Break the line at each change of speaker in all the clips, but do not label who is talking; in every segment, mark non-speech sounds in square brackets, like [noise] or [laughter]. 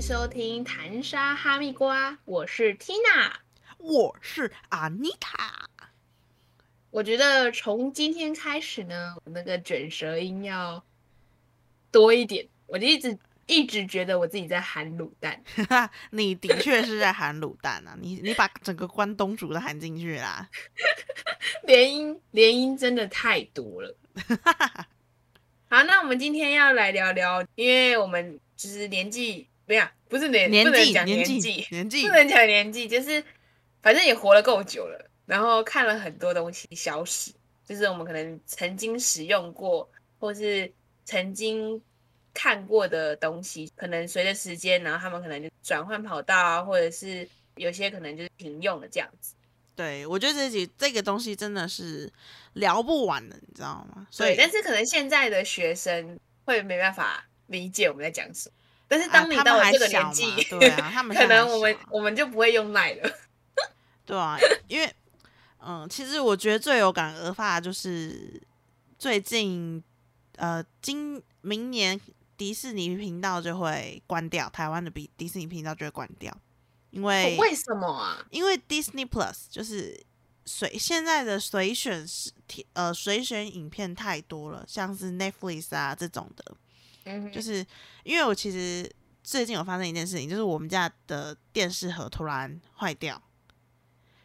收听《谈沙哈密瓜》，我是 Tina。
我是阿妮塔。
我觉得从今天开始呢，我那个卷舌音要多一点。我就一直一直觉得我自己在含卤蛋，
[laughs] 你的确是在含卤蛋啊，你你把整个关东煮都含进去啦。
连音连音真的太多了。好，那我们今天要来聊聊，因为我们就是年纪没有，不是年
年
哎不能
纪
讲年
纪年纪
不，能讲年纪，就是反正也活了够久了，然后看了很多东西消失，就是我们可能曾经使用过，或是曾经看过的东西，可能随着时间，然后他们可能就转换跑道啊，或者是有些可能就是停用了这样子。
对我觉得这集这个东西真的是聊不完的，你知道吗？所
对，
以
但是可能现在的学生会没办法理解我们在讲什么，但是
啊
当你
他
到
们
了
还
这个
小
年
嘛
纪，
对啊，他们
[laughs] 可
现在
能
还
我们
小啊
我们就不会用赖了。
对啊，因为嗯，其实我觉得最有感而发的就是最近呃，今明年迪士尼频道就会关掉，台湾的比迪士尼频道就会关掉，因为
为什么啊？
因为 Disney Plus 就是随现在的随选是呃随选影片太多了，像是 Netflix 啊这种的，
嗯
就
哼，
是因为我其实最近有发生一件事情，就是我们家的电视盒突然坏掉，
嗯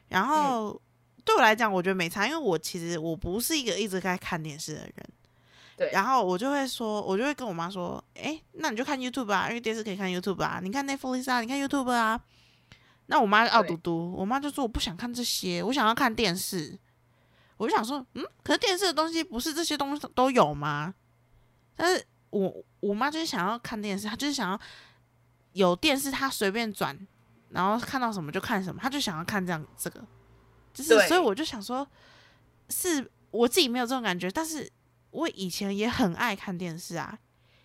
然后、对我来讲，我觉得没差，因为我其实我不是一个一直在看电视的人。
对
然后我就会说，我就会跟我妈说，诶，那你就看 YouTube 啊，因为电视可以看 YouTube 啊，你看 Netflix 啊，你看 YouTube 啊。那我妈傲嘟嘟，我妈就说我不想看这些，我想要看电视。我就想说，嗯，可是电视的东西不是这些东西都有吗？但是我我妈就是想要看电视，她就是想要有电视，她随便转，然后看到什么就看什么，她就想要看这样这个，就是
对
所以我就想说，是我自己没有这种感觉，但是我以前也很爱看电视啊，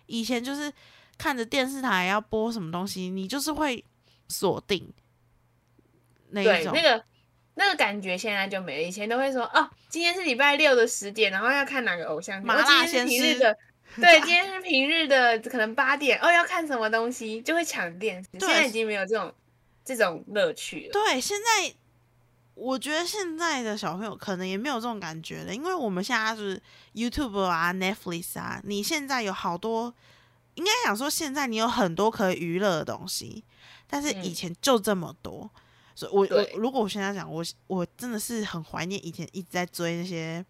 以前就是看着电视台要播什么东西，你就是会锁定那一
对，
种，
那个那个感觉现在就没了。以前都会说哦，今天是礼拜六的十点，然后要看哪个偶像剧。
麻
哦今
辣
天是平
鲜
日
师 [laughs]
的，对，今天是平日的，可能八点哦，要看什么东西就会抢电视。现
对
在已经没有这种这种乐趣了。
对，现在我觉得现在的小朋友可能也没有这种感觉了，因为我们现在就是 YouTube 啊、Netflix 啊，你现在有好多，应该想说现在你有很多可以娱乐的东西，但是以
嗯
前就这么多。所以我，我
对
如果我现在讲，我我真的是很怀念以前一直在追那些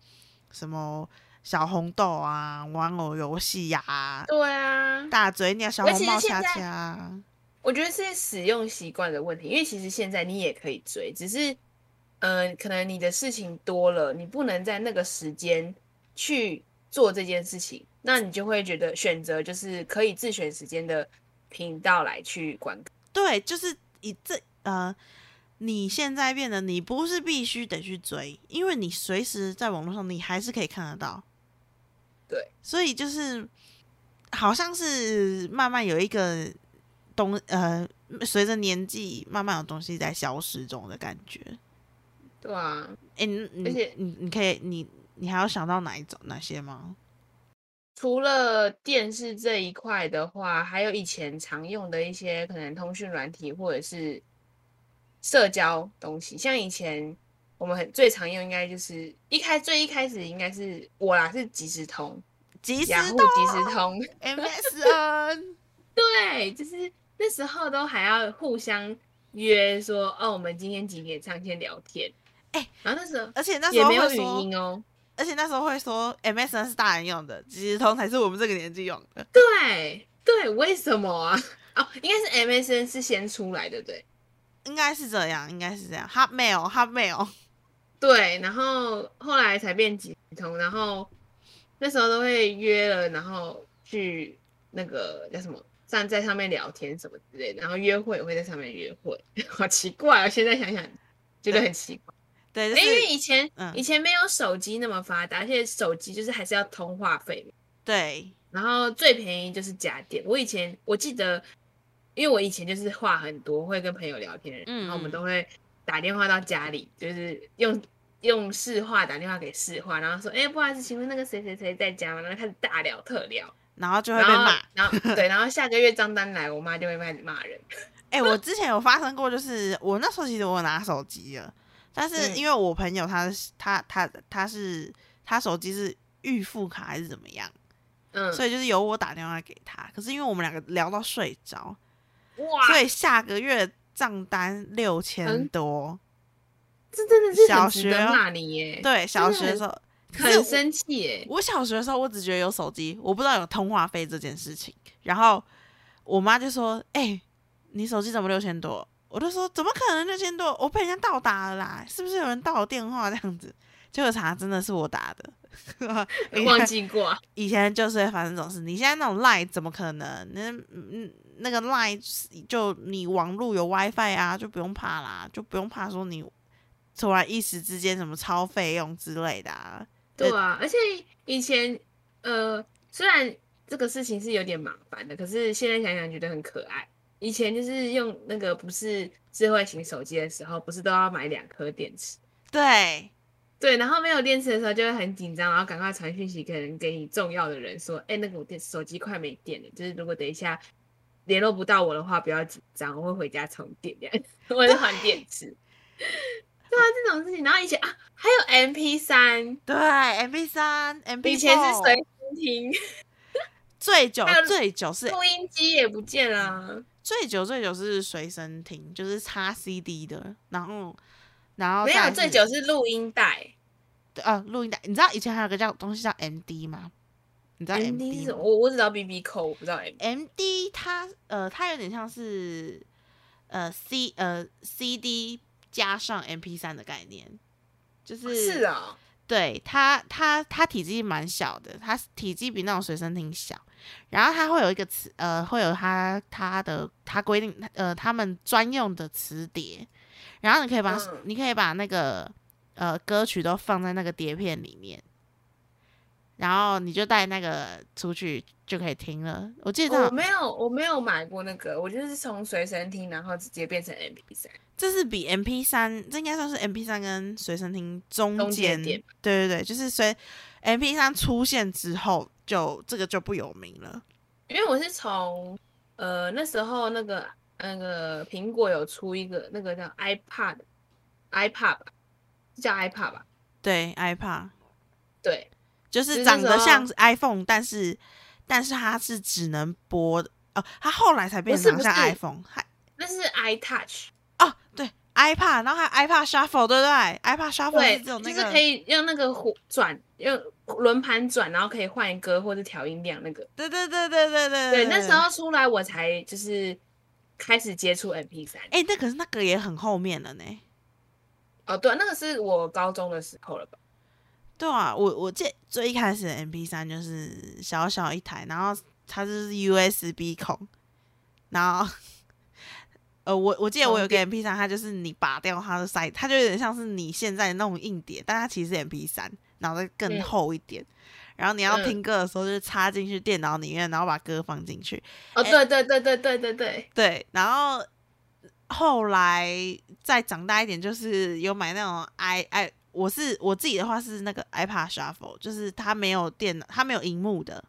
什么小红豆啊、玩偶游戏呀、
对啊，
大嘴鸟、小
而
红
且
帽、
现
恰
在
恰啊，
我觉得是使用习惯的问题，因为其实现在你也可以追，只是嗯、呃可能你的事情多了，你不能在那个时间去做这件事情，那你就会觉得选择就是可以自选时间的频道来去观看。
对，就是以这呃，你现在变得你不是必须得去追，因为你随时在网络上你还是可以看得到。
对，
所以就是好像是慢慢有一个东呃，随着年纪慢慢有东西在消失中的感觉。
对啊，
哎、你你
而且
你你可以你你还要想到哪一种哪些吗？
除了电视这一块的话，还有以前常用的一些可能通讯软体或者是社交东西，像以前我们很最常用，应该就是一开最一开始应该是我啦，是即时通，
即时
雅虎
通
即时通， [laughs]
MSN，
对，就是那时候都还要互相约说，哦，我们今天几点上线聊天，
哎
然后那时候
而且那时
也
候
没有
会
语
说
音哦，
而且那时候会说 MSN 是大人用的，即时通才是我们这个年纪用的。
对对，为什么啊？ [laughs] 哦，应该是 MSN 是先出来的，对。
应该是这样，应该是这样。Hotmail Hotmail，
对，然后后来才变几通，然后那时候都会约了，然后去那个叫什么站在上面聊天什么之类的，然后约会也会在上面约会， [laughs] 好奇怪啊！现在想想觉得很奇怪，
对，就
诶因为
是
以前、
嗯
以前没有手机那么发达，而且手机就是还是要通话费嘛
对
然后最便宜就是家电。我以前我记得，因为我以前就是话很多，会跟朋友聊天，
嗯
然后我们都会打电话到家里，就是用用市话打电话给市话，然后说，哎、不好意思，请问那个谁谁谁在家吗？然后开始大聊特聊，
然后就会
然
被
后
骂。
然后
[laughs]
对，然后下个月账单来，我妈就会开始骂人。
哎、我之前有发生过，就是我那时候其实我有拿手机了，但是
嗯
因为我朋友他是他他他是他手机是预付卡还是怎么样，
嗯，
所以就是由我打电话给他。可是因为我们两个聊到睡着，
哇，
所以下个月账单六千
嗯
多。
这真的是
小
很值得
学
骂你耶，
对，小
真的
学的
很
时候，可是
很
我
生气耶。
我小学的时候，我只觉得有手机，我不知道有通话费这件事情。然后我妈就说：“哎、你手机怎么六千多？”我就说：“怎么可能六千多？我被人家倒打了啦，是不是有人盗我电话这样子？”结果查真的是我打
[laughs]
的，
忘记过啊，
以前就是会发生这种事。你现在那种 line 怎么可能？那嗯那个 line 就是就你网路有 WiFi 啊，就不用怕啦，就不用怕说你突然一时之间什么超费用之类的啊。
对啊，而且以前呃，虽然这个事情是有点麻烦的，可是现在想想觉得很可爱。以前就是用那个不是智慧型手机的时候，不是都要买两颗电池？
对，
对，然后没有电池的时候就会很紧张，然后赶快传讯息给人给你重要的人说，哎，那个我电手机快没电了，就是如果等一下联络不到我的话，不要紧张，我会回家充电这样，我会换电池。对啊，这种事情，然后以前啊，还有 MP 三，
对，MB 三，MB
以前是随身听，
最久
还有
最久是
录音机也不见了。啊
最久最久是随身听，就是插 CD 的，然后然后
没有，
再是
最久是录音带。
对呃录音带。你知道以前还有个叫东西叫 MD 吗？你知道
M D 是
吗哎
什么？我我只知道 B B 扣，我不知道 M D。
M D 它呃，它有点像是呃 C 呃 C D 加上 M P 三的概念，就是、
是啊、
对它它它体积蛮小的，它体积比那种随身听小，然后它会有一个词呃，会有它它的它规定呃他们专用的磁碟，然后你可以把、
嗯
你可以把那个呃歌曲都放在那个碟片里面。然后你就带那个出去就可以听了。我记得它好
我没有，我没有买过那个，我就是从随身听，然后直接变成 M P 三。
这是比 M P 三，这应该算是 M P 三跟随身听中
中
间，
间点
对对对，就是随 M P 三出现之后，就这个就不有名了。
因为我是从呃那时候那个那个苹果有出一个那个叫 iPad，iPad 吧，是叫 iPad 吧？
对，iPad
对，
就是
是
长
那
得
时候
像 iPhone，但是但是它是只能播的哦，它后来才变
不是
成
不
像
是
iPhone，还
那是 iTouch，
哦对 iPad，然后还有 iPad Shuffle，对不对？iPad Shuffle
对，
哦是只有那
就
个
是可以用那个弧转，用轮盘转，然后可以换歌或者调音量那个。
对对对对对对
对，那时候出来我才就是开始接触 MP 三。
哎、那可是那个也很后面了呢。
哦，对，那个是我高中的时候了吧？
对啊，我我记得最一开始的 MP 三就是小小一台，然后它就是 USB 孔，然后呃，我我记
哦
得我有个 MP 三，它就是你拔掉它的塞，它就有点像是你现在的那种硬碟，但它其实是 MP 三，然后再更
嗯
厚一点。然后你要
嗯
听歌的时候，就是插进去电脑里面，然后把歌放进去。
哦，对对对对对对对，
对，然后后来再长大一点，就是有买那种 i i，我是我自己的话是那个 iPad Shuffle，就是它没有电脑，它没有荧幕的，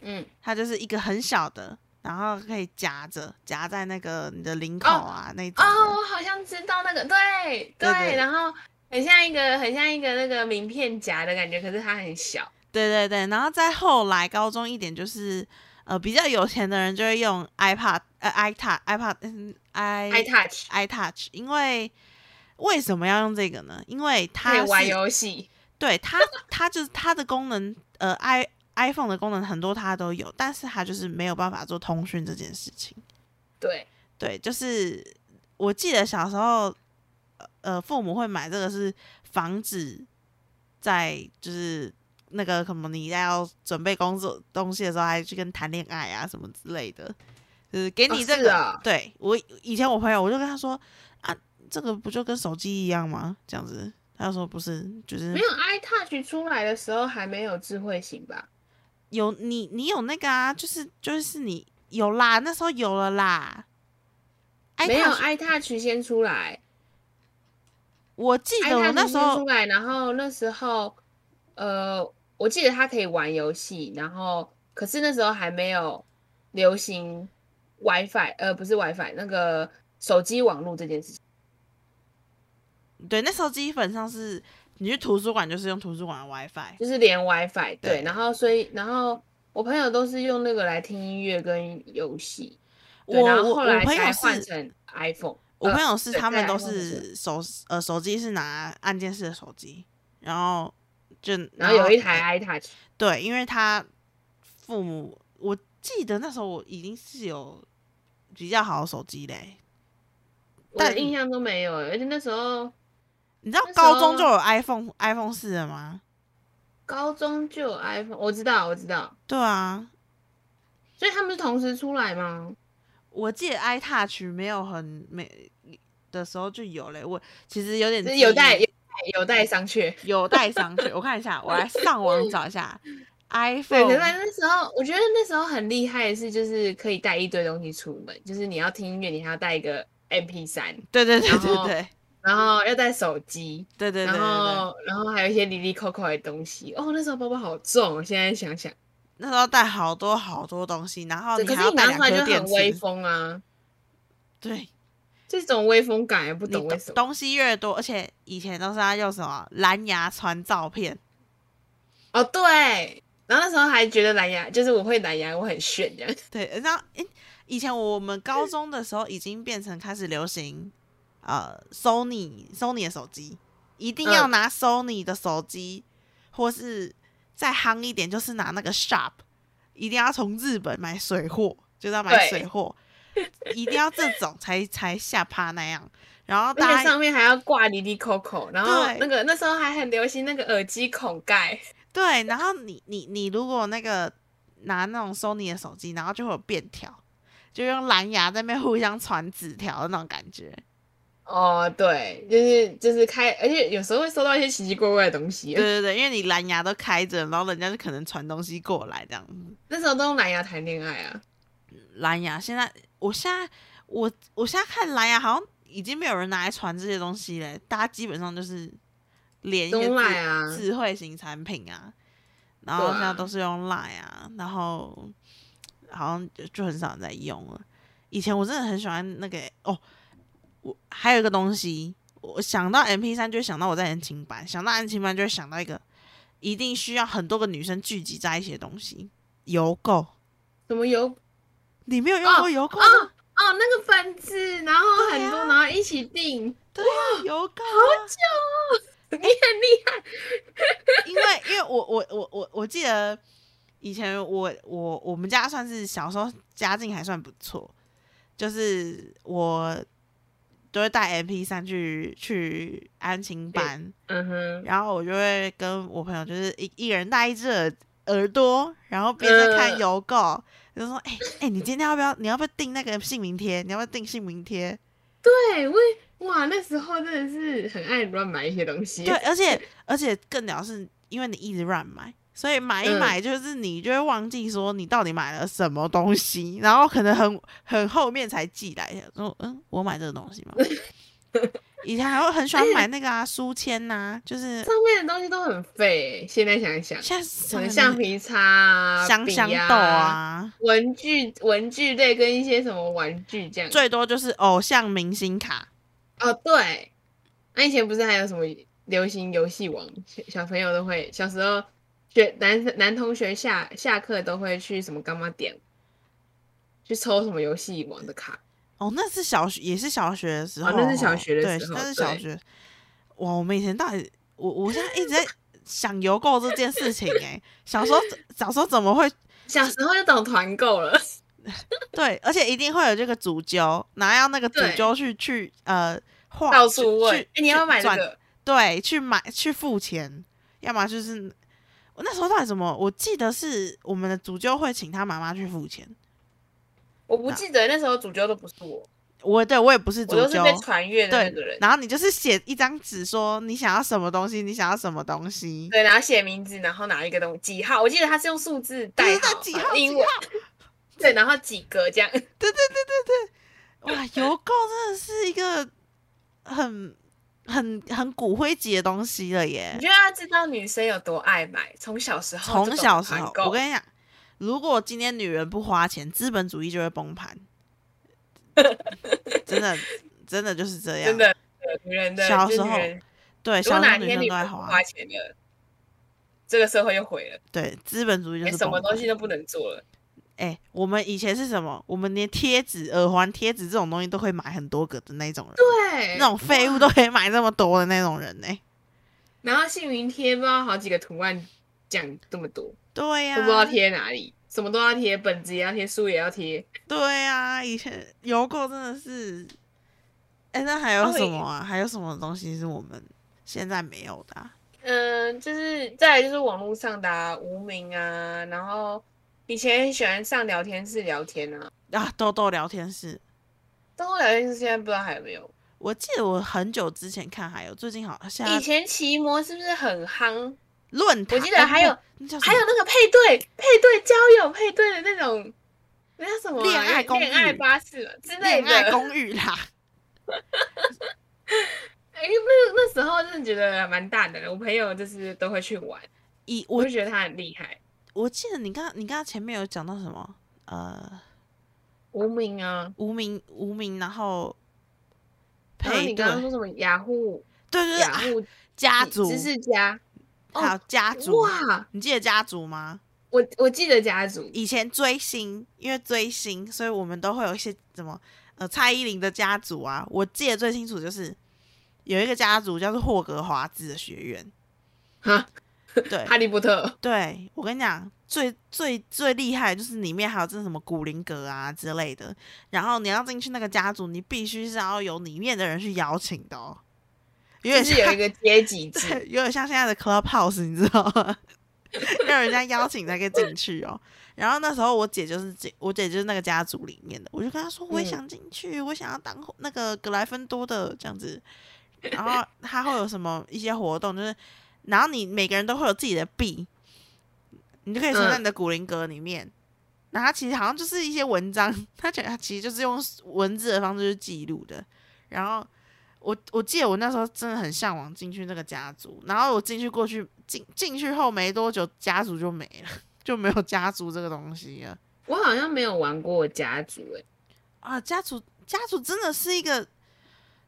嗯，
它就是一个很小的，然后可以夹着夹在那个你的领口啊、那种的。
哦，我好像知道那个，对
对对
然后很像一个很像一个那个名片夹的感觉，可是它很小。
对对对，然后再后来高中一点就是。呃，比较有钱的人就会用 iPad，呃，iTouch、iPad，嗯，i
iTouch
iTouch，因为为什么要用这个呢？因为它
可以玩
是
游戏，
对它，它就是它的功能，呃，i iPhone 的功能很多它都有，但是它就是没有办法做通讯这件事情。
对，
对，就是我记得小时候，呃呃，父母会买这个是防止在就是那个什么你要准备工作东西的时候，还去跟谈恋爱啊什么之类的，就是给
哦
你这
是
个。
啊
对我以前我朋友，我就跟他说啊，这个不就跟手机一样吗？这样子，他就说不是，就是
没有 iTouch 出来的时候还没有智慧型吧？
有你你有那个啊，就是就是你有啦，那时候有了啦。哎，
没有
他
iTouch 先出来
我记得我
，iTouch
那时
先
候
出来，然后那时候，呃，我记得它可以玩游戏，然后可是那时候还没有流行 WiFi，呃，不是 WiFi，那个手机网络这件事情。
对，那时候基本上是你去图书馆就是用图书馆的 WiFi，
就是连 WiFi 对，
对
然后所以然后我朋友都是用那个来听音乐跟游戏，对，
我
然后
我
后
我
来
朋友
才换
是，
成 iPhone
我
呃
朋友是
对
他们
对
都
iPhone
是手呃手机是拿按键式的手机，然后就
然后有一台 iTouch，
对，因为他父母，我记得那时候我已经是有比较好的手机嘞。
我
但
的印象都没有，而且那时候
你知道
那时
高中
候
就有 iPhone iPhone 四了吗？
高中就有 iPhone，我知道我知道，
对啊，
所以他们是同时出来吗？
我记得 iTouch 没有很没的时候就有嘞。我其实有点
就是
记
有
忆
待有待有待商榷。
有待商
[laughs]
榷。我看一下，我来上网找一下
对，
iPhone
可是那时候我觉得那时候很厉害的是，就是可以带一堆东西出门，就是你要听音乐，你还要带一个 MP 三，
对。对对对
然
对
后
对
然后要带手机，
对对
然
对对。
后然后还有一些离离扣扣的东西。哦，那时候包包好重哦，现在想想，
那时候带好多好多东西，然后
对可
哦还
是
要
你
带
拿
两
出来就
颗电
很威
池。
风啊，
对，
这种威风感也不
你
懂为什么。
东西越多，而且以前都是要用什么蓝牙传照片，
哦，对，然后那时候还觉得蓝牙，就是我会蓝牙，我很炫这样。
对，然后诶以前我们高中的时候已经变成开始流行，呃，Sony Sony 的手机，一定要
嗯
拿 Sony 的手机，或是再夯一点就是拿那个 Sharp，一定要从日本买水货，就是要买
对
水货，一定要这种才才下趴那样，然后
而
大
且
家
上面还要挂离离扣扣，然后
对
那个那时候还很流行那个耳机孔盖，
对，然后你你你如果那个拿那种 Sony 的手机，然后就会有便条，就用蓝牙在那边互相传纸条的那种感觉。
哦，对，就是就是开，而且有时候会收到一些奇奇怪怪的东西。
对对对，因为你蓝牙都开着，然后人家就可能传东西过来这样子。
那时候都用蓝牙谈恋爱啊，
蓝牙现在，我现在我我现在看蓝牙好像已经没有人拿来传这些东西嘞，大家基本上就是连一些
用
智,、
赖啊
智慧型产品啊，然后
对啊
现在都是用 Line 啊，然后好像就就很少人在用了。以前我真的很喜欢那个哦，我还有一个东西，我想到 MP 三就会想到我在安琴班，想到安琴班就会想到一个一定需要很多个女生聚集在一起的东西——邮购。
什么有
你没有用过邮购吗？
哦哦那个本子，然后
对
很多，
啊
然后一起 [laughs] 订，哎
对啊，邮购啊、
你很厉害。
因为因为我我我我我记得以前我我我们家算是小时候家境还算不错，就是我都会带 MP 三去去安亲班，
[laughs] 嗯哼，
然后我就会跟我朋友就是一一人戴一只耳耳朵，然后边在看
嗯
邮购，就说哎哎、你今天要不要你要不要订那个姓名贴？你要不要订姓名贴？
对，我也哇，那时候真的是很爱乱买一些东西。
对，而且而且更屌是，因为你一直乱买，所以买一
嗯
买就是你就会忘记说你到底买了什么东西，然后可能很很后面才记来，想说嗯，我买这个东西吗？ [laughs] 以前还会很喜欢买那个啊书签呐、就是
上面的东西都很废，欸现在想一想，
现在
可
什么
能橡皮擦啊、
香
笔
香
呀
豆、啊，
文具、文具类跟一些什么玩具这样。
最多就是偶像明星卡，
哦，对，那、以前不是还有什么流行游戏王，小小朋友都会，小时候学男男同学下下课都会去什么干嘛点，去抽什么游戏王的卡。
哦，那是小学，也是小学的时候
哦
哦，
那是小学的
对
时候
那是小
对
学。哇，我们以前到底，我我现在一直在想邮购这件事情哎、小时候小时候怎么会
小时候就懂团购了，
对？而且一定会有这个主揪，然后要那个主
对
揪去去呃，画
到
去
处问，
去
哎、你要不要买
去
这
转
个？
对，去买去付钱，要么就是我那时候到底怎么？我记得是我们的主揪会请他妈妈去付钱，
我不记得那时候主角都不是我，
我对我也不是主
我都是
揪，
被传阅的那个
对
人，。
然后你就是写一张纸，说你想要什么东西，你想要什么东西，
对，然后写名字，然后拿一个东几号，我记得他是用数字代
对
号，
几号
英
几
文
号，
对，然后几格这样。
哇，邮购真的是一个很很很骨灰级的东西了耶
你！就要知道女生有多爱买，从小时候就懂
从小
得
时
团
候，
购
我跟你讲，如果今天女人不花钱，资本主义就会崩
[laughs]
盘。真的，真的就是这样。
真的，女人的
小
就是
时
女
候
人
对，
如
小
果
时候
哪
女
天
生
你
都
不
在
花钱了，这个社会又毁了，
对，资本主义就
连
是
什么
崩
东
盘
西都不能做了。
哎、我们以前是什么？我们连贴纸、耳环、贴纸这种东西都会买很多个的那种人，
对
那种废物都可以买这么多的那种人呢、
然后姓名贴不知道好几个图案讲这么多，
对呀、
都不知道贴哪里，什么都要贴，本子也要贴，书也要贴。
对呀、以前邮购真的是，哎、那还有
哦
什么啊？还有什么东西是我们现在没有的啊、
嗯，就是再来就是网络上的、啊、无名啊，然后以前很喜欢上聊天室聊天啊，
啊？豆豆聊天室，
但我聊天室现在不知道还有没有。
我记得我很久之前看还有，最近好像现
以
在
前奇摩是不是很夯？
论坛，
我记得
哎
还有
那那叫什
还有
么
那个配对、配对交友、配对的那种，那叫什么啊
恋爱公寓
恋爱巴士啊之类
恋
的。
爱公寓啦，
[laughs] 哎，那那时候真的觉得蛮大的，我朋友就是都会去玩，
以
我
我
就觉得他很厉害。
我记得你刚你刚刚前面有讲到什么？呃，
无名啊，
无名无名，然后
然后
配
你
对，
刚刚说什么雅虎、
对对对
雅
啊，
虎
家族，
知识家，哦
还有家族，
哇，
你记得家族吗？
我我记得家族，
以前追星，因为追星，所以我们都会有一些什么呃蔡依林的家族啊，我记得最清楚就是有一个家族叫做霍格华兹的学院，
哈，
[laughs] 对
哈利波特，
对，我跟你讲，最最最厉害的就是里面还有这什么古灵阁啊之类的，然后你要进去那个家族，你必须是要有里面的人去邀请的哦，
就
有点
是有
像
一个阶级制，
[laughs] 对，有点像现在的 Clubhouse，你知道吗？要人家邀请才可以进去哦。然后那时候我姐就是进，我姐就是那个家族里面的，我就跟她说我
嗯
也想进去，我想要当那个格莱芬多的这样子。然后她会有什么一些活动，就是然后你每个人都会有自己的币，你就可以存在
嗯
你的古灵阁里面。然后它其实好像就是一些文章，他觉得他其实就是用文字的方式去记录的。然后我我记得我那时候真的很向往进去那个家族，然后我进去过去进进去后没多久，家族就没了， [laughs] 就没有家族这个东西了
我好像没有玩过家族、欸，
啊！家族家族真的是一个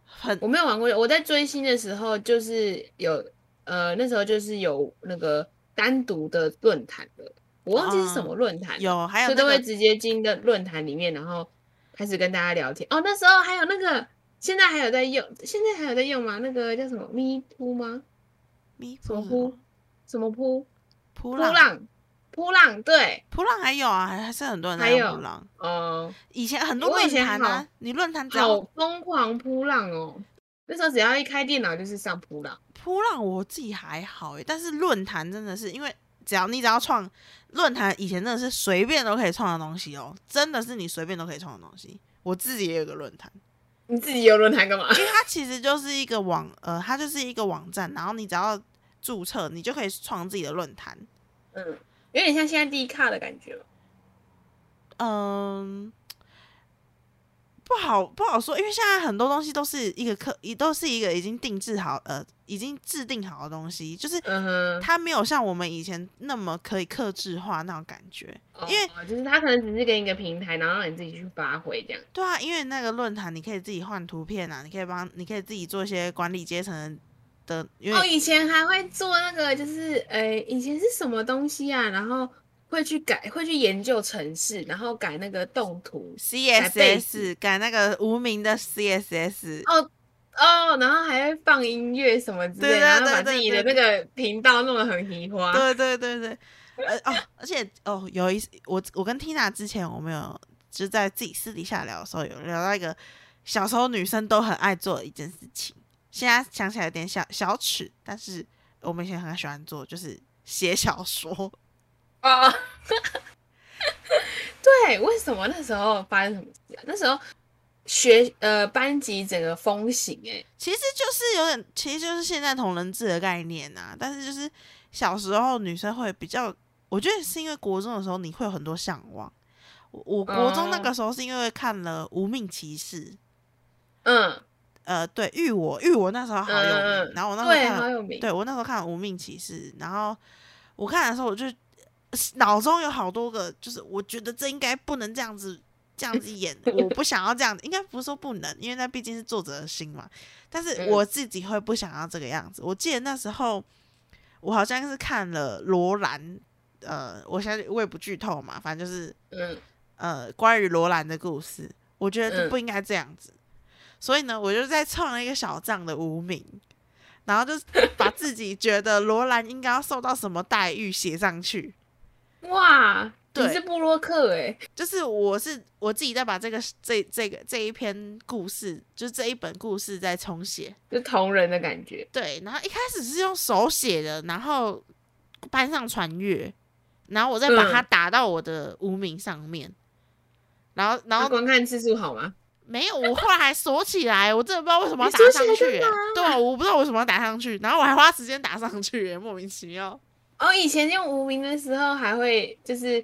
很
我没有玩过。我在追星的时候，就是有呃，那时候就是有那个单独的论坛的，我忘记是什么论坛、了，
哦有还有
所以
那
都会
个
直接进的论坛里面，然后开始跟大家聊天。哦，那时候还有那个，现在还有在用，现在还有在用吗？那个叫什么咪扑吗？
咪
什么
什么
扑？什么扑？
扑
扑
浪
浪，扑浪，对，
扑浪还有啊，还还是很多人在
还
用
有
扑浪。
哦、
以前很多
我以
论
前
坛啊，你论坛只要
好疯狂扑浪哦！那时候只要一开电脑就是上扑浪，
扑浪我自己还好欸诶，但是论坛真的是因为只要你只要创论坛，以前真的是随便都可以创的东西哦，真的是你随便都可以创的东西。我自己也有个论坛，
你自己有论坛干嘛？
因为它其实就是一个网呃，它就是一个网站，然后你只要注册，你就可以创自己的论坛。
嗯，有点像现在 D 卡的感觉嘛。
嗯，不好不好说，因为现在很多东西都是一个课，也都是一个已经定制好呃，已经制定好的东西，就是
嗯哼，
它没有像我们以前那么可以克制化那种感觉。
哦
因为
就是他可能只是给你一个平台，然后让你自己去发挥这样。
对啊，因为那个论坛你可以自己换图片啊，你可以帮，你可以自己做一些管理阶层的，因
哦，
为
以前还会做那个，就是呃，以前是什么东西啊？然后会去改，会去研究城市，然后改那个动图。改背
CSS 改那个无名的 CSS，
哦哦，然后还会放音乐什么之类，
对对
然后
对
把
对
自己的那
对
个频道弄得很移花。
对对对对，呃哦，而且哦，有一次我我跟 Tina 之前我们有就在自己私底下聊的时候，有聊到一个小时候女生都很爱做的一件事情，现在想起来有点小小耻，但是我们以前很喜欢做，就是写小说。
哦， [laughs] 对，为什么那时候发生什么事啊？那时候学呃班级整个风行哎、
[laughs] 其实就是有点，其实就是现在同人志的概念啊。但是就是小时候女生会比较，我觉得是因为国中的时候你会有很多向往。我我国中那个时候是因为看了《无命骑士》，
嗯，
呃，对，玉我玉我那时候好有名，
嗯嗯
然后我那时候
对，
看
好
了，
有名。
对我那时候看了《无命骑士》，然后我看的时候我就脑中有好多个，就是我觉得这应该不能这样子这样子演，我
[laughs]
不想要这样子，应该不是说不能，因为那毕竟是作者的心嘛。但是
嗯
我自己会不想要这个样子。我记得那时候我好像是看了罗兰，呃，我现在我也不剧透嘛，反正就是
嗯
呃关于罗兰的故事，我觉得
嗯
不应该这样子。所以呢，我就在创了一个小账的无名，然后就把自己觉得罗兰应该要受到什么待遇写上去。
哇，你
对
是布洛克哎、
就是我是我自己在把这个这这个这一篇故事，就是这一本故事在重写。
就同人的感觉。
对，然后一开始是用手写的，然后班上传阅，然后我再把它
嗯
打到我的无名上面，然后然
那
后
观看次数好吗？
没有，我后来还锁起来，我真的不知道为什么要
你
打
锁起
上
来
去、欸
干。
对啊，我不知道为什么要打上去，然后我还花时间打上去、欸，莫名其妙。
哦，以前用无名的时候还会就是，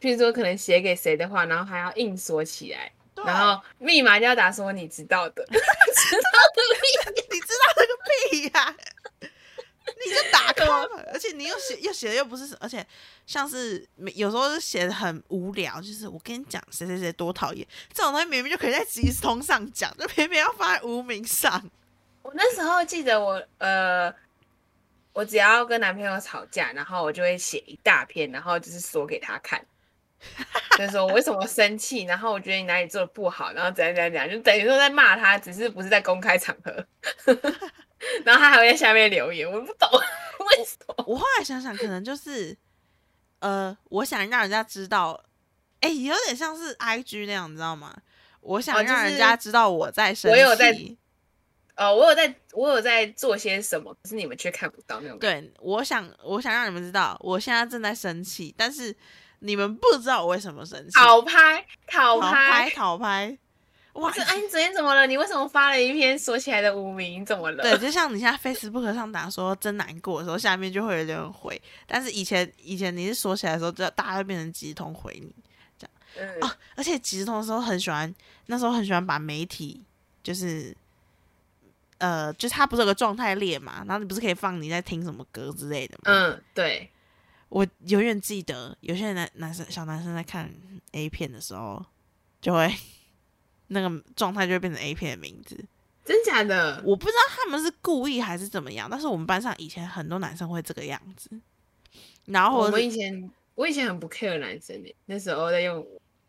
譬如说可能写给谁的话，然后还要硬锁起来，
对
然后密码就要打说你知道的。
[laughs] 你知道那个屁呀、啊你就打开嘛，而且你又写又写的又不是，而且像是有时候就写的很无聊，就是我跟你讲谁谁谁多讨厌，这种东西明明就可以在集通上讲，就偏偏要放在无名上。
我那时候记得我呃，我只要跟男朋友吵架，然后我就会写一大篇，然后就是说给他看， [laughs] 就是说我为什么生气，然后我觉得你哪里做的不好，然后怎样怎样怎样，就等于说在骂他，只是不是在公开场合。 [laughs] 然后他还会在下面留言，我不懂 [laughs] 为什么。
我后来想想，可能就是呃，我想让人家知道，哎、有点像是 I G 那样，你知道吗？我
哦
想
就是
让人家知道我在生
我
气、
有在呃，我有在，我有在做些什么，可是你们却看不到那种感觉。
对，我想我想让你们知道，我现在正在生气，但是你们不知道我为什么生
[laughs]
气。
讨拍，讨
讨拍，
[laughs] 拍，
讨拍，哇！
是哎，你昨天怎么了？你为什么发了一篇锁起来的无名？怎么了？
对，就像你现在 Facebook 上打说“真难过”的时候，下面就会有人回。但是以前以前你是说起来的时候，就大家会变成集通回你。
嗯，
啊，而且即时通的时候很喜欢，那时候很喜欢把媒体就是。呃，就是它不是有个状态列嘛，然后你不是可以放你在听什么歌之类的嘛？
嗯，对，
我永远记得，有些男男生小男生在看 A 片的时候，就会那个状态就会变成 A 片的名字。
真假的？
我不知道他们是故意还是怎么样，但是我们班上以前很多男生会这个样子，然后
我
或者
们
是
以前我以前很不 care 男生的，那时候在用，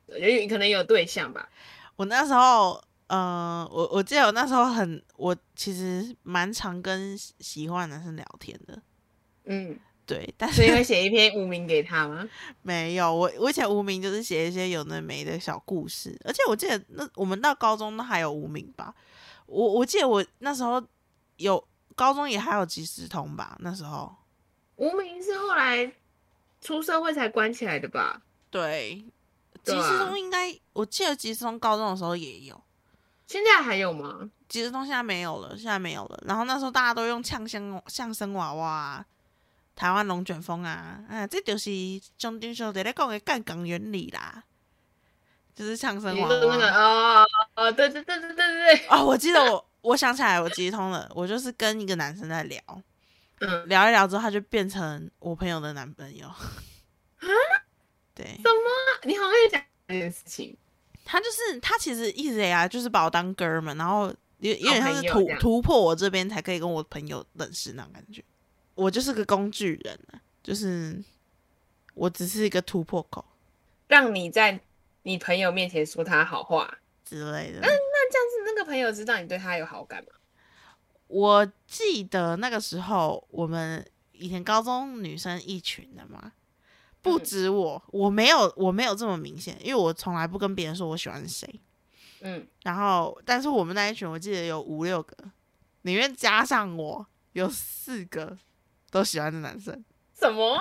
有可能有对象吧。
我那时候，呃，我我记得我那时候很，我其实蛮常跟喜喜欢的男生聊天的，
嗯，
对，但
所以
是
会写一篇无名给他吗？
没有我我以前无名就是写一些有的没的小故事，而且我记得那我们到高中都还有无名吧，我我记得我那时候有高中也还有即时通吧，那时候
无名是后来出社会才关起来的吧？
对，即
对啊
时通应该、我记得即时通高中的时候也有。
现在还有吗？
即时通现在没有了，现在没有了。然后那时候大家都用呛声相声娃娃、啊、台湾龙卷风啊，啊，这就是中丁兄弟在讲的杠杆原理啦，就是呛声
你
娃
说那个
娃。
哦哦，对对对对对对，
哦，我记得我，我想起来，我即时通了，我就是跟一个男生在聊，
嗯，
聊一聊之后，他就变成我朋友的男朋友。 [laughs] 对，
你好像也讲这件事情，
他就是他其实一直以来就是把我当哥们，然后有有点像是
好朋友
突
这样
突破我这边才可以跟我朋友认识那种感觉。我就是个工具人啊，就是我只是一个突破口
让你在你朋友面前说他好话，
之类的。
那这样子那个朋友知道你对他有好感吗？
我记得那个时候我们以前高中女生一群的嘛，不
嗯
止我，我没有我没有这么明显，因为我从来不跟别人说我喜欢谁。
嗯，
然后，但是我们那一群，我记得有五六个，里面加上我有四个都喜欢这男生，
什么？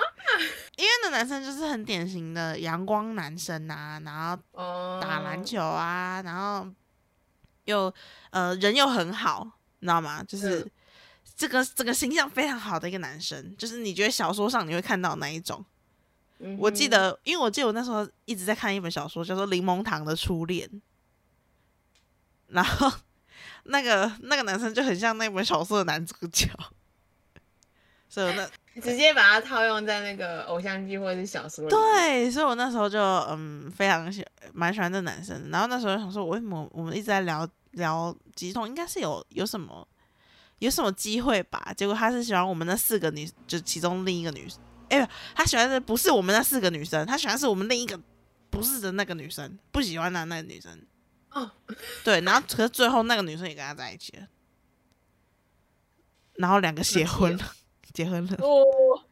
因为那男生就是很典型的阳光男生啊，然后
哦，
打篮，球啊，然后又呃人又很好，你知道吗？就是、
嗯
这个这个形象非常好的一个男生，就是你觉得小说上你会看到那一种。
嗯
我记，得，因为我记得我那时候一直在看一本小说，叫做《柠檬糖的初恋》，然后那个那个男生就很像那本小说的男主角， [laughs] 所以我那
直接把它套用在那个偶像剧或者是小说里。，
对，所以我那时候就嗯非常喜蛮喜欢这男生的。然后那时候就想说，为什么我们一直在聊聊极痛，应该是有有什么有什么机会吧？结果他是喜欢我们那四个女，就其中另一个女生。哎、不他喜欢的不是我们那四个女生，他喜欢是我们另一个不是的那个女生，不喜欢的那个女生。
哦，
[laughs] 对，然后可是最后那个女生也跟他在一起了，然后两个结婚了，结婚了。
哦，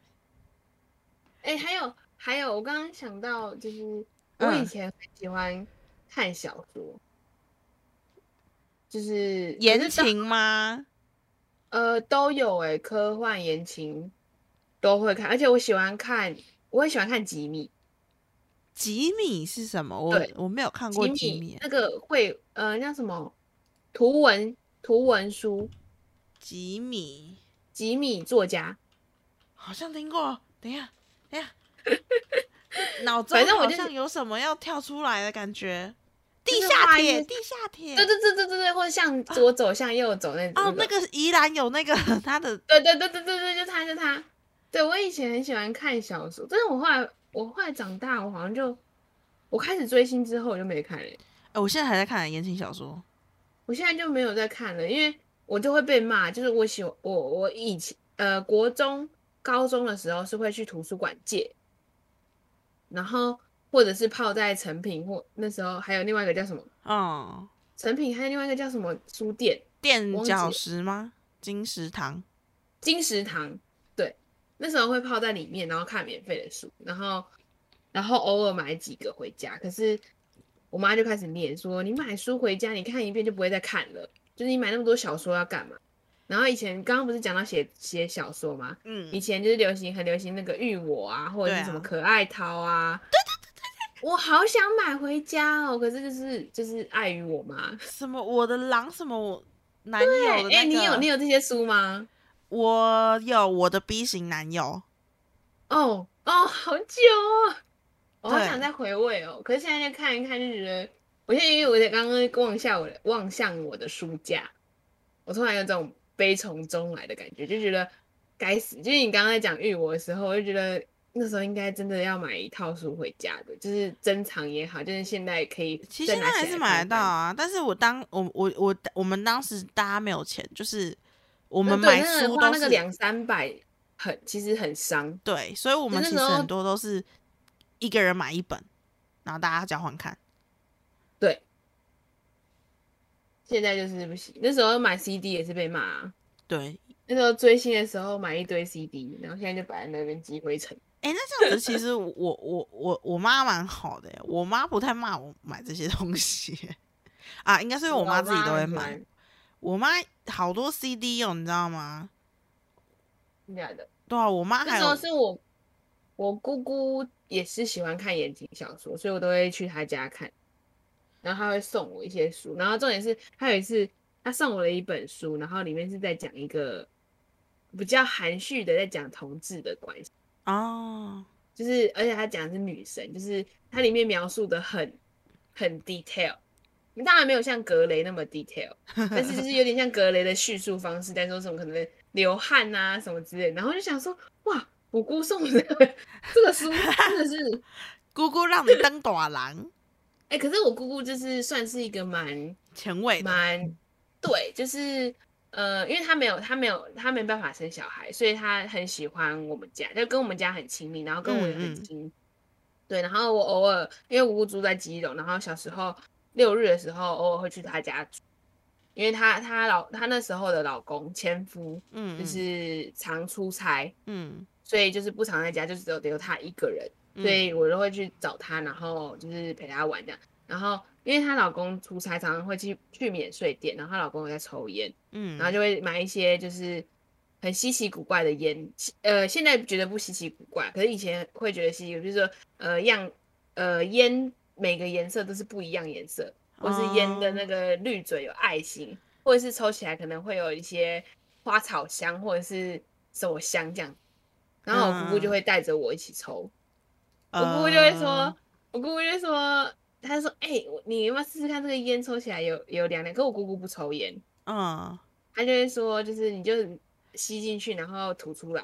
哎、还有还有，我刚刚想到，就是我以
嗯
前很喜欢看小说，就是可
言
是到
情吗？
呃都有哎、科幻言情都会看，而且我喜欢看，我很喜欢看吉米，
吉米是什么？我
对
我没有看过吉米
米，那个会呃那叫什么图文图文书，
吉米
吉米作家，
好像听过。等一下，等一下，脑中
反正我
好
就是
像有什么要跳出来的感觉。
就
地
是
下
画
铁，
一
地下铁。
对对对对对对，或者向左走向右走那
哦，
那
那
个
个宜兰有那个 [laughs] 他的
对对对对对对，就他就他。对我以前很喜欢看小说，但是我后来我后来长大，我好像就我开始追星之后我就没看了，欸
哎、我现在还在看言情小说。
我现在就没有再看了，因为我就会被骂，就是我喜欢我我以前呃国中高中的时候是会去图书馆借，然后或者是泡在成品或那时候还有另外一个叫什么
嗯，
成品，还有另外一个叫什么书店，
垫
忘记
脚
了
石吗？金石堂。
金石堂，对，那时候会泡在里面，然后看免费的书，然后然后偶尔买几个回家。可是我妈就开始念说：“你买书回家，你看一遍就不会再看了，就是你买那么多小说要干嘛？”然后以前刚刚不是讲到写写小说吗？
嗯
以，前就是流行很流行那个玉我啊，或者
对啊
是什么可爱淘啊。对对对对对，我好想买回家哦，可是就是就是碍于我妈。
什么我的狼，什么我男友的、那个
哎、你有你有这些书吗？
我有我的 B 型男友，
哦哦，好久哦，我好
对
想再回味哦。可是现在再看一看就觉得，我现在因为我在刚刚望下我的望向我的书架，我突然有种悲从中来的感觉，就觉得该死。就是你刚刚在讲玉我的时候，我就觉得那时候应该真的要买一套书回家的，就是珍藏也好，就是现在可以
其实
再
现
拿
在还
起
是
来
买
翻
得到
翻。
啊。但是我当我我我我们当时大家没有钱，就是我
我
们买
那个
书
花
都
那个
是
两三百很，其实很伤。
对，所以我们
那
其实
时候
很多都是一个人买一本，然后大家交换看。
对，现在就是不行。那时候买 CD 也是被骂、啊，
对，
那时候追星的时候买一堆 CD，然后现在就摆在那边积灰尘。
哎，那这样子其实我我我我妈蛮好的耶，欸我妈不太骂我买这些东西 [laughs] 啊，应该是因为我妈自己都会买。我妈好多 CD 哦，你知道吗？
真的假的？
对啊，我妈
那
还
时候
有
是我我姑姑也是喜欢看言情小说，所以我都会去她家看，然后她会送我一些书，然后重点是她有一次她送我了一本书，然后里面是在讲一个比较含蓄的在讲同志的关系。
哦，
就是而且他讲的是女神，就是它里面描述的很很 detail，当然没有像格雷那么 detail，但是就是有点像格雷的叙述方式，在说什么可能流汗啊什么之类的，然后就想说哇，我姑送 [laughs] 我这个这个书真的是， [laughs]
姑姑让你当短郎，
哎、可是我姑姑就是算是一个蛮
前卫的。
蛮对，就是呃，因为他没有他没有他没办法生小孩，所以他很喜欢我们家，就跟我们家很亲密，然后跟我也
嗯
很
嗯
亲。对，然后我偶尔因为我姑姑住在基隆，然后小时候六日的时候偶尔会去她家住，因为她她老她那时候的老公前夫
嗯，
就
嗯
是常出差，
嗯，
所以就是不常在家，就只有留她一个人。
嗯
所以我都会去找她，然后就是陪她玩这样。然后因为她老公出差，常常会去去免税店，然后她老公有在抽烟，
嗯，
然后就会买一些就是很稀奇古怪的烟。呃，现在觉得不稀奇古怪，可是以前会觉得稀奇古怪，就是说呃样呃烟每个颜色都是不一样颜色，或是烟的
哦
那个滤嘴有爱心，或者是抽起来可能会有一些花草香或者是什么香这样。然后我姑姑就
嗯
会带着我一起抽。
我
我姑姑就会
呃
说，我姑姑就会说，她说，哎、我你要不要试试看这个烟抽起来有有凉凉？可我姑姑不抽烟，
嗯
她就会说，就是你就吸进去，然后吐出来，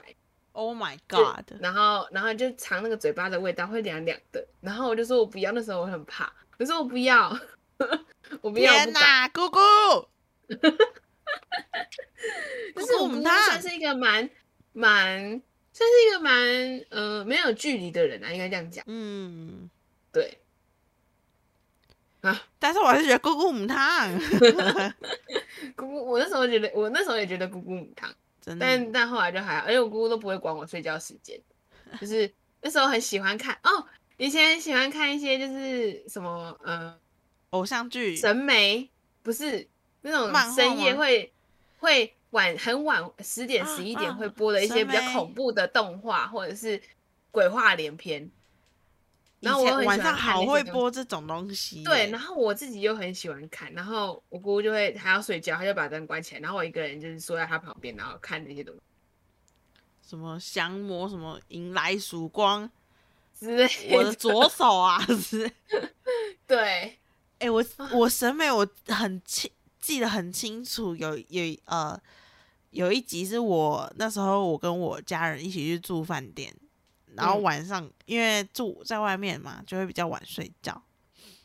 Oh my
就
god！
然后然后就尝那个嘴巴的味道，会凉凉的。然后我就说我不要，那时候我很怕，我说我不要， [laughs] 我不要，我
[laughs] 天
不敢。
哪，姑姑，
[laughs] 但
姑
是
姑
我
母
们
汤
算是一个蛮蛮算是一个蛮呃没有距离的人啊，应该这样讲。
嗯，
对，啊，
但是我还是觉得姑姑母
[laughs]
汤，
姑姑，我那时候觉得我那时候也觉得姑姑母汤，
真的
但但后来就还好，而且我姑姑都不会管我睡觉时间，
[laughs]
就是那时候很喜欢看哦，以前喜欢看一些就是什么呃。
偶像剧，
神媒不是那
漫
种
画
深夜
吗
会会晚很晚十点
啊
十一
啊
点会播的一
神
些比较
媒
恐怖的动画或者是鬼话连篇。
以
然后我
前
很喜
晚
欢
上
看
好
那些
会
东
播这种东西耶，
对，然后我自己又很喜欢看，然后我姑姑就会她要睡觉，她就把灯关起来，然后我一个人就是缩在她旁边，然后看那些东西
什么降魔，什么迎来曙光，
[laughs] 之类 [laughs]
我的左手啊，是，
对，
哎、我我审美我很清记得很清楚，有有呃有一集是我那时候我跟我家人一起去住饭店，然后
嗯
晚上、因为住在外面嘛，就会比较晚睡觉，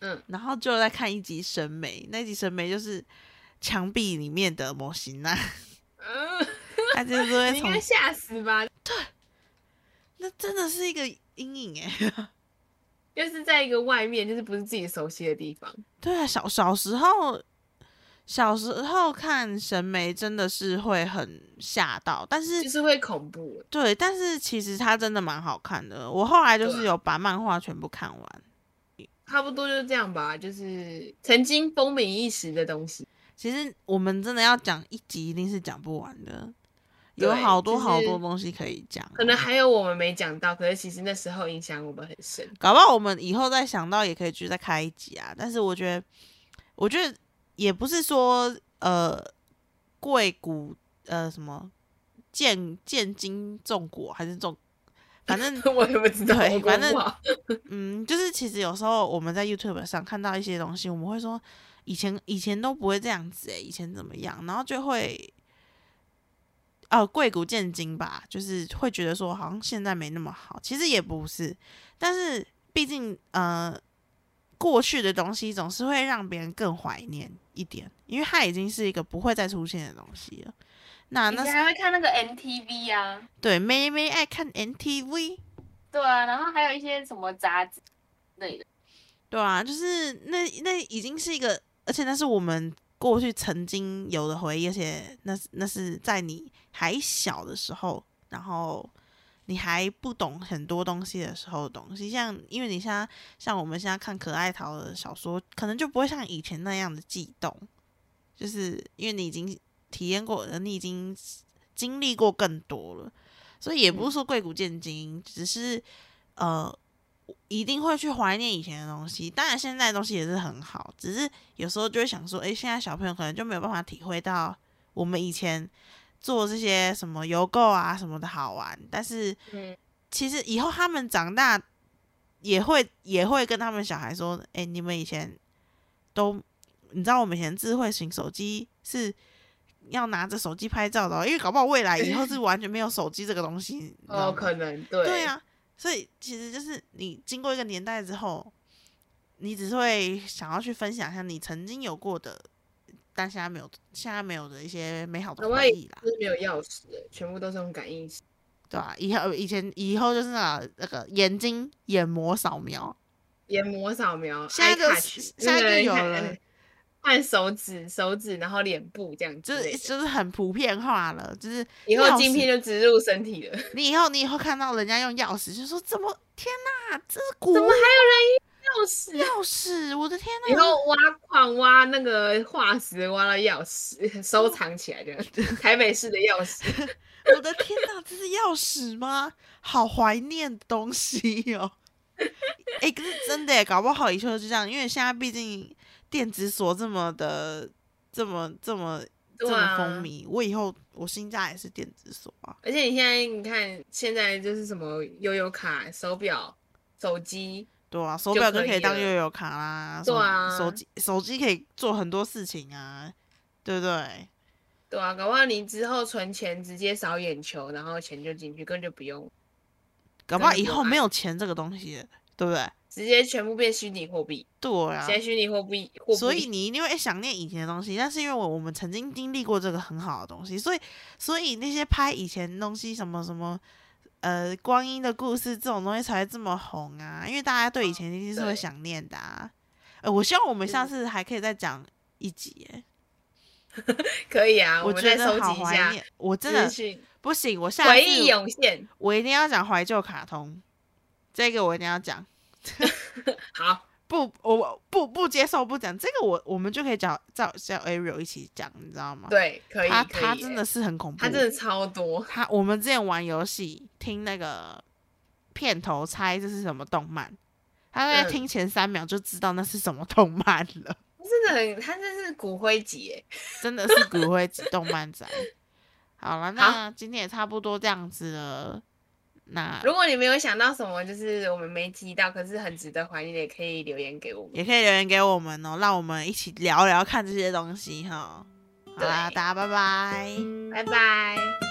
嗯，
然后就在看一集审美，那集审美就是墙壁里面的模型啊， [laughs]
嗯，
它就是会
你应
从
该吓死吧？
那真的是一个阴影哎、
就是在一个外面，就是不是自己熟悉的地方，
[laughs] 对啊，小小时候，小时候看神眉真的是会很吓到，但是
就是会恐怖。
对，但是其实它真的蛮好看的。我后来就
对啊
是有把漫画全部看完。
差不多就是这样吧，就是曾经风靡一时的东西，
其实我们真的要讲一集，一定是讲不完的，有
对
好多
就是
好多东西可以讲。啊
可能还有我们没讲到，可是其实那时候影响我们很深。 [laughs]
搞不好我们以后再想到，也可以继续再开一集啊。但是我觉得，我觉得也不是说呃贵古呃什么见见金重果还是重，反正
我也不知道，
对
我
反
国文
正
不好
嗯，就是其实有时候我们在 YouTube 上看到一些东西，我们会说以前以前都不会这样子诶，欸以前怎么样，然后就会哦贵古见今吧，就是会觉得说好像现在没那么好，其实也不是，但是毕竟呃过去的东西总是会让别人更怀念一点，因为它已经是一个不会再出现的东西了。那
以
那
前
是
还会看那个 NTV 啊，
对妹妹爱看 NTV。
对啊，然后还有一些什么杂志之类的，
对啊，就是那那已经是一个，而且那是我们过去曾经有的回忆，而且那是那是在你还小的时候，然后你还不懂很多东西的时候的东西。像因为你现在像我们现在看可爱桃的小说，可能就不会像以前那样的悸动，就是因为你已经体验过，呃你已经经历过更多了，所以也不是说贵古见今，只是呃一定会去怀念以前的东西。当然，现在的东西也是很好，只是有时候就会想说，诶，现在小朋友可能就没有办法体会到我们以前做这些什么邮购啊什么的好玩。但是
嗯，
其实以后他们长大也会也会跟他们小孩说，诶，你们以前都，你知道我们以前智慧型手机是。要拿着手机拍照的哦、因为搞不好未来以后是完全没有手机这个东西。你知道
哦，
吗
可能对，
对，啊，所以其实就是你经过一个年代之后，你只是会想要去分享一下你曾经有过的，但现在没有，现在没有的一些美好的
搞不好
回忆啦，
就是没有钥匙的，全部都是用感应式。
对吧、以后以前以后就是那个那个眼睛眼膜扫描，
研磨扫描，
现在就
iTouch，
现在就
那个
有
看
了，
按手指、手指，然后脸部这样
就
之类
是
的。
就是很普遍化了，就是
以后
钥
晶
匙
片就植入身体了，
你以后你以后看到人家用钥匙，就说怎么天哪，这是古
怎么还
物
钥匙
钥匙，啊我的天
以
哪，
后挖矿挖那个化石，挖到钥匙，
嗯
收藏起来
[laughs]
的，台北市的钥匙。 [laughs]
我的天哪，这是钥匙吗？好怀念的东西哦。哎、可是真的耶，搞不好以后就这样，因为现在毕竟电子锁这么的，这么这么这
对
么
啊
风靡，我以后我新家也是电子锁啊。
而且你现在你看，现在就是什么悠游卡、手表、手机，
对啊，手表
就
就
可以
可以当
了
悠游卡啦，
对
手
啊
手机手机可以做很多事情啊，对不对？
对对啊，搞不好你之后存钱直接扫眼球，然后钱就进去，根本就不用，
搞不好
真的啊
以
不
后
爱
没有钱这个东西了，对不对？
直接全部变虚拟货币。
对啊
现，在虚拟货币，货币
所以你一定会哎想念以前的东西，但是因为我我们曾经经历过这个很好的东西，所以所以那些拍以前的东西什么什么，呃，光阴的故事这种东西才会这么红啊，因为大家对以前一定是会
哦对
想念的啊。呃，我希望我们下
嗯
次还可以再讲一集耶，
可以啊，我们
觉
再
得
收
好
集一
怀
下
念，我真
资
的
讯，
不行，我下
回忆哦涌
次
现。
我一定要讲怀旧卡通，这个我一定要讲。
好，
不，我不不接受不讲这个我，我们就可以找找叫 Ariel 一起讲，你知道吗？
对，可以，
他
可以
他
耶
真的是很恐怖，
他真的超多，
他我们之前玩游戏听那个片头猜这是什么动漫，他在
嗯
听前三秒就知道那是什么动漫了，
他真的很，他真是骨灰级耶。
真的是骨灰级动漫宅。好了，那今天也差不多这样子了。那
如果你没有想到什么，就是我们没提到，可是很值得怀念的，也可以留言给我们。
也可以留言给我们哦，让我们一起聊聊看这些东西哈。好啦，
对
大家拜拜。
拜拜。